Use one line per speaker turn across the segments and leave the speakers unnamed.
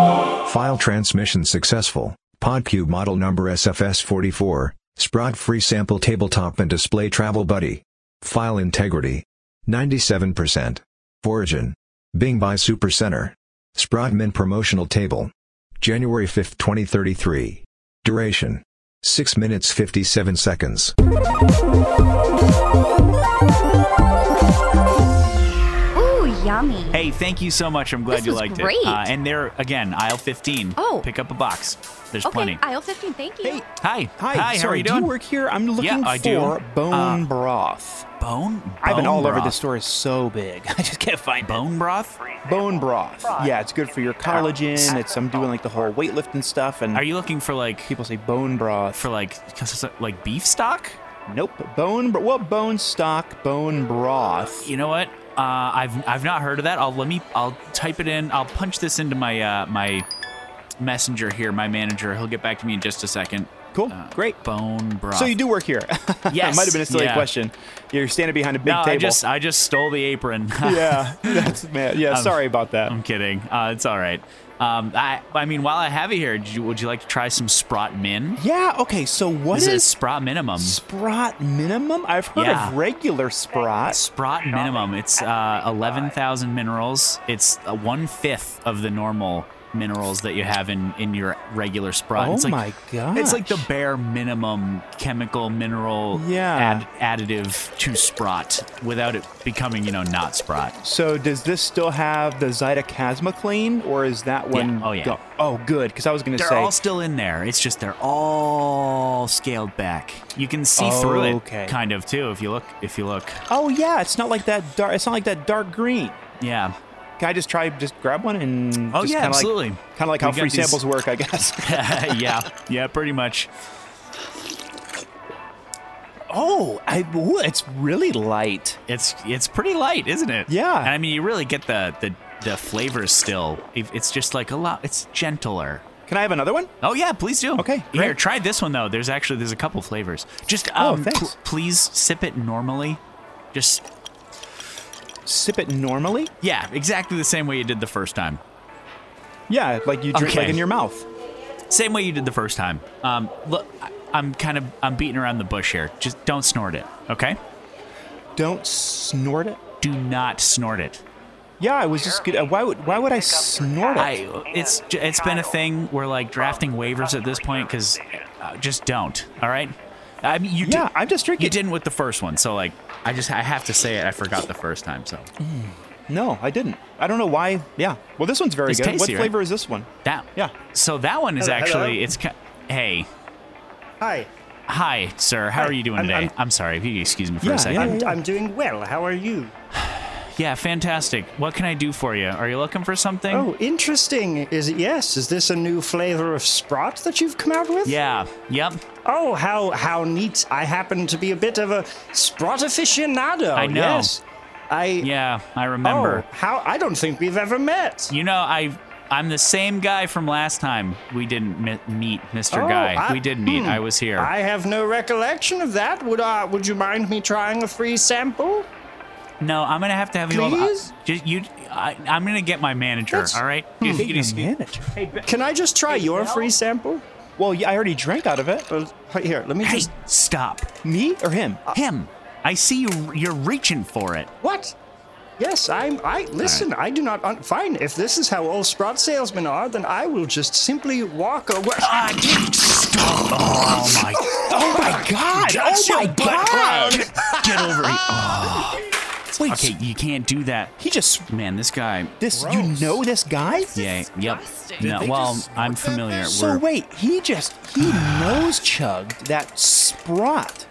File transmission successful. PodCube model number SFS44, Sprott free sample tabletop and display travel buddy. File integrity. 97%. Origin. Bing by Supercenter. Sprott Min promotional table. January 5, 2033. Duration. 6 minutes 57 seconds.
Ooh, yummy.
Hey, thank you so much. I'm glad
This
you
was
liked
great.
it. Uh, and there again, aisle 15.
Oh.
pick up a box. There's
okay,
plenty.
aisle 15, thank you.
Hey,
Hi.
Hi,
Hi.
sorry,
how are you
do
doing?
you work here? I'm looking
I do.
for bone
Uh,
broth.
Bone.
I've been
bone
all over
broth.
this store is so big. I just can't find bone.
Bone broth?
Bone broth. Yeah, it's good for your collagen. It's I'm doing like the whole weightlifting stuff and
Are you looking for like
people say bone broth.
for like 'cause it's, uh, like beef stock?
Nope. Bone bro- well bone stock, bone broth.
You know what? Uh, I've I've not heard of that. I'll let me I'll type it in. I'll punch this into my uh, my messenger here, my manager. He'll get back to me in just a second.
Cool.
Uh,
Great.
Bone broth.
So you do work here.
Yes,
it might have been a silly
yeah.
question. You're standing behind a big
No,
table.
I just uh, Um, I just stole the apron.
yeah. That's man. Yeah,
I'm-
sorry about that.
I'm kidding. Uh, it's all right. Um, I I mean, while I have you here, did you, would you like to try some Sprott Min?
yeah, okay. So what
This
is
is Sprott Minimum.
Sprott minimum? I've heard
Yeah.
of regular Sprott.
Sprott Minimum. It's uh, eleven thousand minerals. It's uh, one fifth of the normal minerals that you have in in your regular Sprott.
Oh
it's like,
my god.
It's like the bare minimum chemical mineral
Yeah.
add, additive to Sprott without it becoming, you know, not Sprott.
So does this still have the Zytocasmacline, or is that one?
Oh, yeah.
go- oh, good, because I was gonna
They're
say.
all still in there. It's just they're all scaled back. You can see
Oh,
through it,
okay.
kind of too, if you look. If you look,
oh yeah, it's not like that dark. It's not like that dark green.
yeah.
Can I just try just grab one and?
Oh
just
yeah,
kinda
absolutely.
Like, kind of like
We
how
got
free
these-
samples work, I guess.
yeah, yeah, pretty much.
oh, I. Ooh, it's really light.
It's it's pretty light, isn't it?
Yeah.
And I mean, you really get the the the flavors still. It- It's just like a lot. It's gentler.
Can I have another one?
Oh yeah, please do.
Okay,
Here,
great.
try this one though. There's actually there's a couple flavors. Just
Oh,
um,
thanks.
please sip it normally. Just
Sip it normally.
yeah, exactly the same way you did the first time.
Yeah, like you drink
Okay.
like in your mouth.
Same way you did the first time. Um, look, I- I'm kind of I'm beating around the bush here. Just don't snort it, okay?
Don't snort it.
Do not snort it.
Yeah, I was just. Gonna, why would Why would I snort it?
I it's j- it's been a thing. We're like drafting waivers at this point because uh, just don't. All right. I mean, you did-
yeah, I'm just drinking.
you didn't with the first one, so like I just I have to say it. I forgot the first time, so.
No, I didn't. I don't know why. Yeah. Well, this one's very
It's
good. what
tasty, right?
flavor is this one?
That
Yeah.
So that one is
Hello,
actually
hello.
it's ki- hey
Hi,
hi sir how
Hi,
are you doing
I'm-
today? I'm,
I'm-
sorry if you excuse me for
Yeah,
a
yeah,
second.
I'm, I'm doing well. How are you?
Yeah, fantastic. What can I do for you? Are you looking for something?
Oh, interesting. Is it yes? Is this a new flavor of Sprott that you've come out with?
Yeah. Yep.
Oh, how how neat! I happen to be a bit of a Sprott aficionado.
I know.
Yes. I
Yeah, I remember.
Oh, how I don't think we've ever met.
You know, I I'm the same guy from last time. We didn't mi- meet, Mr.
Oh,
Guy.
I-
we did meet.
hmm.
I was here.
I have no recollection of that. Would I? Would you mind me trying a free sample?
no, I'm gonna have to have you. all-
Please?
I, just, you. I, I'm gonna get my manager.
That's-
all right. You- you- you-
Can I just try your free sample?
Well, yeah, I already drank out of it.
Well, here, let me
Hey,
just.
stop.
Me or him?
Him. I see you. You're reaching for it.
What? Yes, I'm. I listen. I do not. Un- fine. If this is how all Sprout salesmen are, then I will just simply walk away.
Ah, dude, stop. Oh my.
Oh my god!
That's
oh my
your butt
god!
crack. Get over here. Oh.
Wait,
Okay, you can't do that.
he just
Man, this guy.
this. You know this guy?
Yeah. Yep. No, well, I'm familiar.
So
We're
wait, he just he nose chugged that sprot.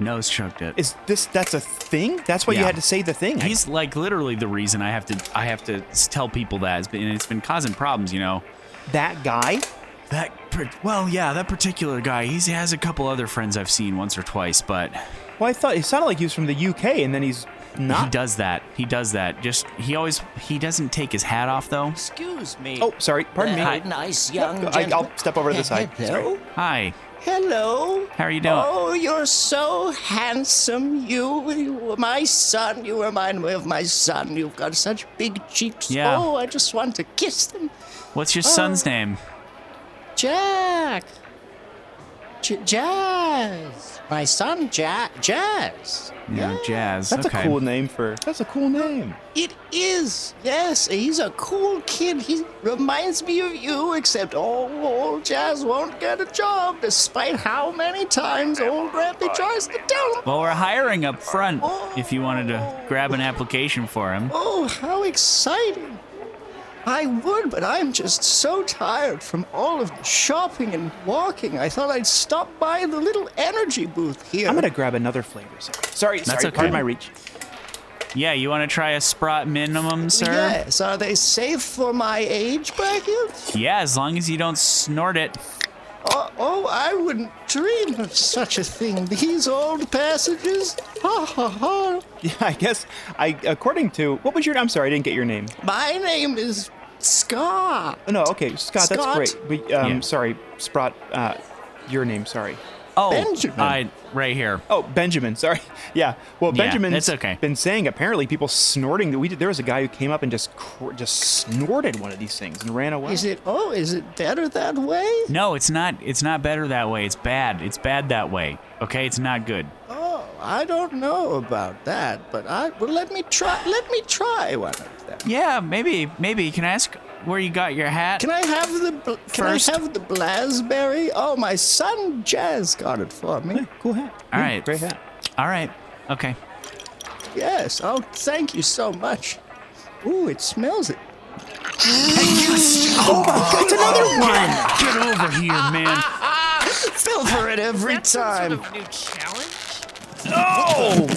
nose chugged it.
Is this that's a thing? That's why you
Yeah.
had to say the thing. I-
He's like literally the reason I have to I have to s- tell people that, It's been- and it's been causing problems, you know.
that guy.
That par- well, yeah, that particular guy. he's- He has a couple other friends I've seen once or twice, but
Well, I thought it sounded like he was from the UK, and then he's Not.
he does that. He does that. Just he always he doesn't take his hat off though.
Excuse me.
Oh, sorry. Pardon me.
That nice young
I,
gentleman.
I'll step over to the side.
Hello?
Hi.
Hello.
How are you doing?
Oh, you're so handsome. You, you were my son. You remind me of my son. You've got such big cheeks.
Yeah.
Oh, I just want to kiss them.
What's your son's
Uh,
name?
Jack. J- Jazz. My son, ja- Jazz.
You know, Jazz.
That's
okay.
a cool name for. That's a cool name.
It is. Yes, he's a cool kid. He reminds me of you, except old, old Jazz won't get a job, despite how many times old Grampy tries to tell him.
Well, we're hiring up front. If you wanted to grab an application for him,
Oh, how exciting! I would, but I'm just so tired from all of the shopping and walking. I thought I'd stop by the little energy booth here.
I'm gonna grab another flavor. Sorry, sorry.
That's okay.
Pardon my reach.
yeah, you want to try a Sprott minimum, sir?
Yes, are they safe for my age bracket?
Yeah, as long as you don't snort it.
Oh, oh, I wouldn't dream of such a thing. These old passages. Ha ha ha.
Yeah, I guess. I according to what was your? I'm sorry, I didn't get your name. Oh,
My name is Scar.
No, okay, Scott.
Scott?
That's great. But um,
Yeah.
sorry, Sprott. Uh, your name. Sorry.
Oh,
Benjamin.
I, right here.
Oh, Benjamin. Sorry. Yeah. Well,
Yeah,
Benjamin's
that's okay.
been saying apparently people snorting that we did. There was a guy who came up and just cr- just snorted one of these things and ran away.
Is it? Oh, is it better that way?
No, it's not. It's not better that way. It's bad. It's bad that way. Okay, it's not good.
Oh, I don't know about that, but I well, let me try. Let me try one of them.
Yeah, maybe. Maybe. Can I ask where you got your hat?
Can I have the bl- Can
First-
I have the blaspberry? Oh, my son Jazz got it for me.
Cool hat.
All
Yeah,
right.
Great hat.
All right. Okay.
Yes. Oh, thank you so much. Ooh, it smells it.
Get over here, man.
Fell for it every time.
new challenge?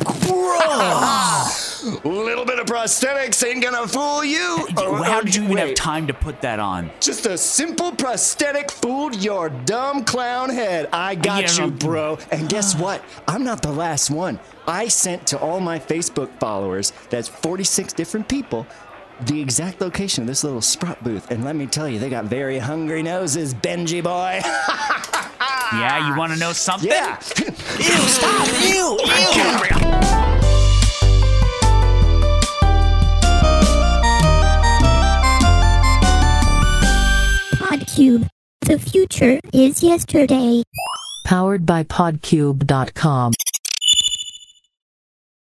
Little bit of prosthetics ain't gonna fool you. Oh,
How
oh,
did you even have
wait.
time to put that on?
Just a simple prosthetic fooled your dumb clown head. I got
Yeah.
you, bro. And guess what? I'm not the last one. I sent to all my Facebook followers, that's 46 different people, the exact location of this little sprot booth. And let me tell you, they got very hungry noses, Benji boy.
Yeah, you want to know something?
yeah.
Podcube. The future is yesterday.
Powered by podcube.com.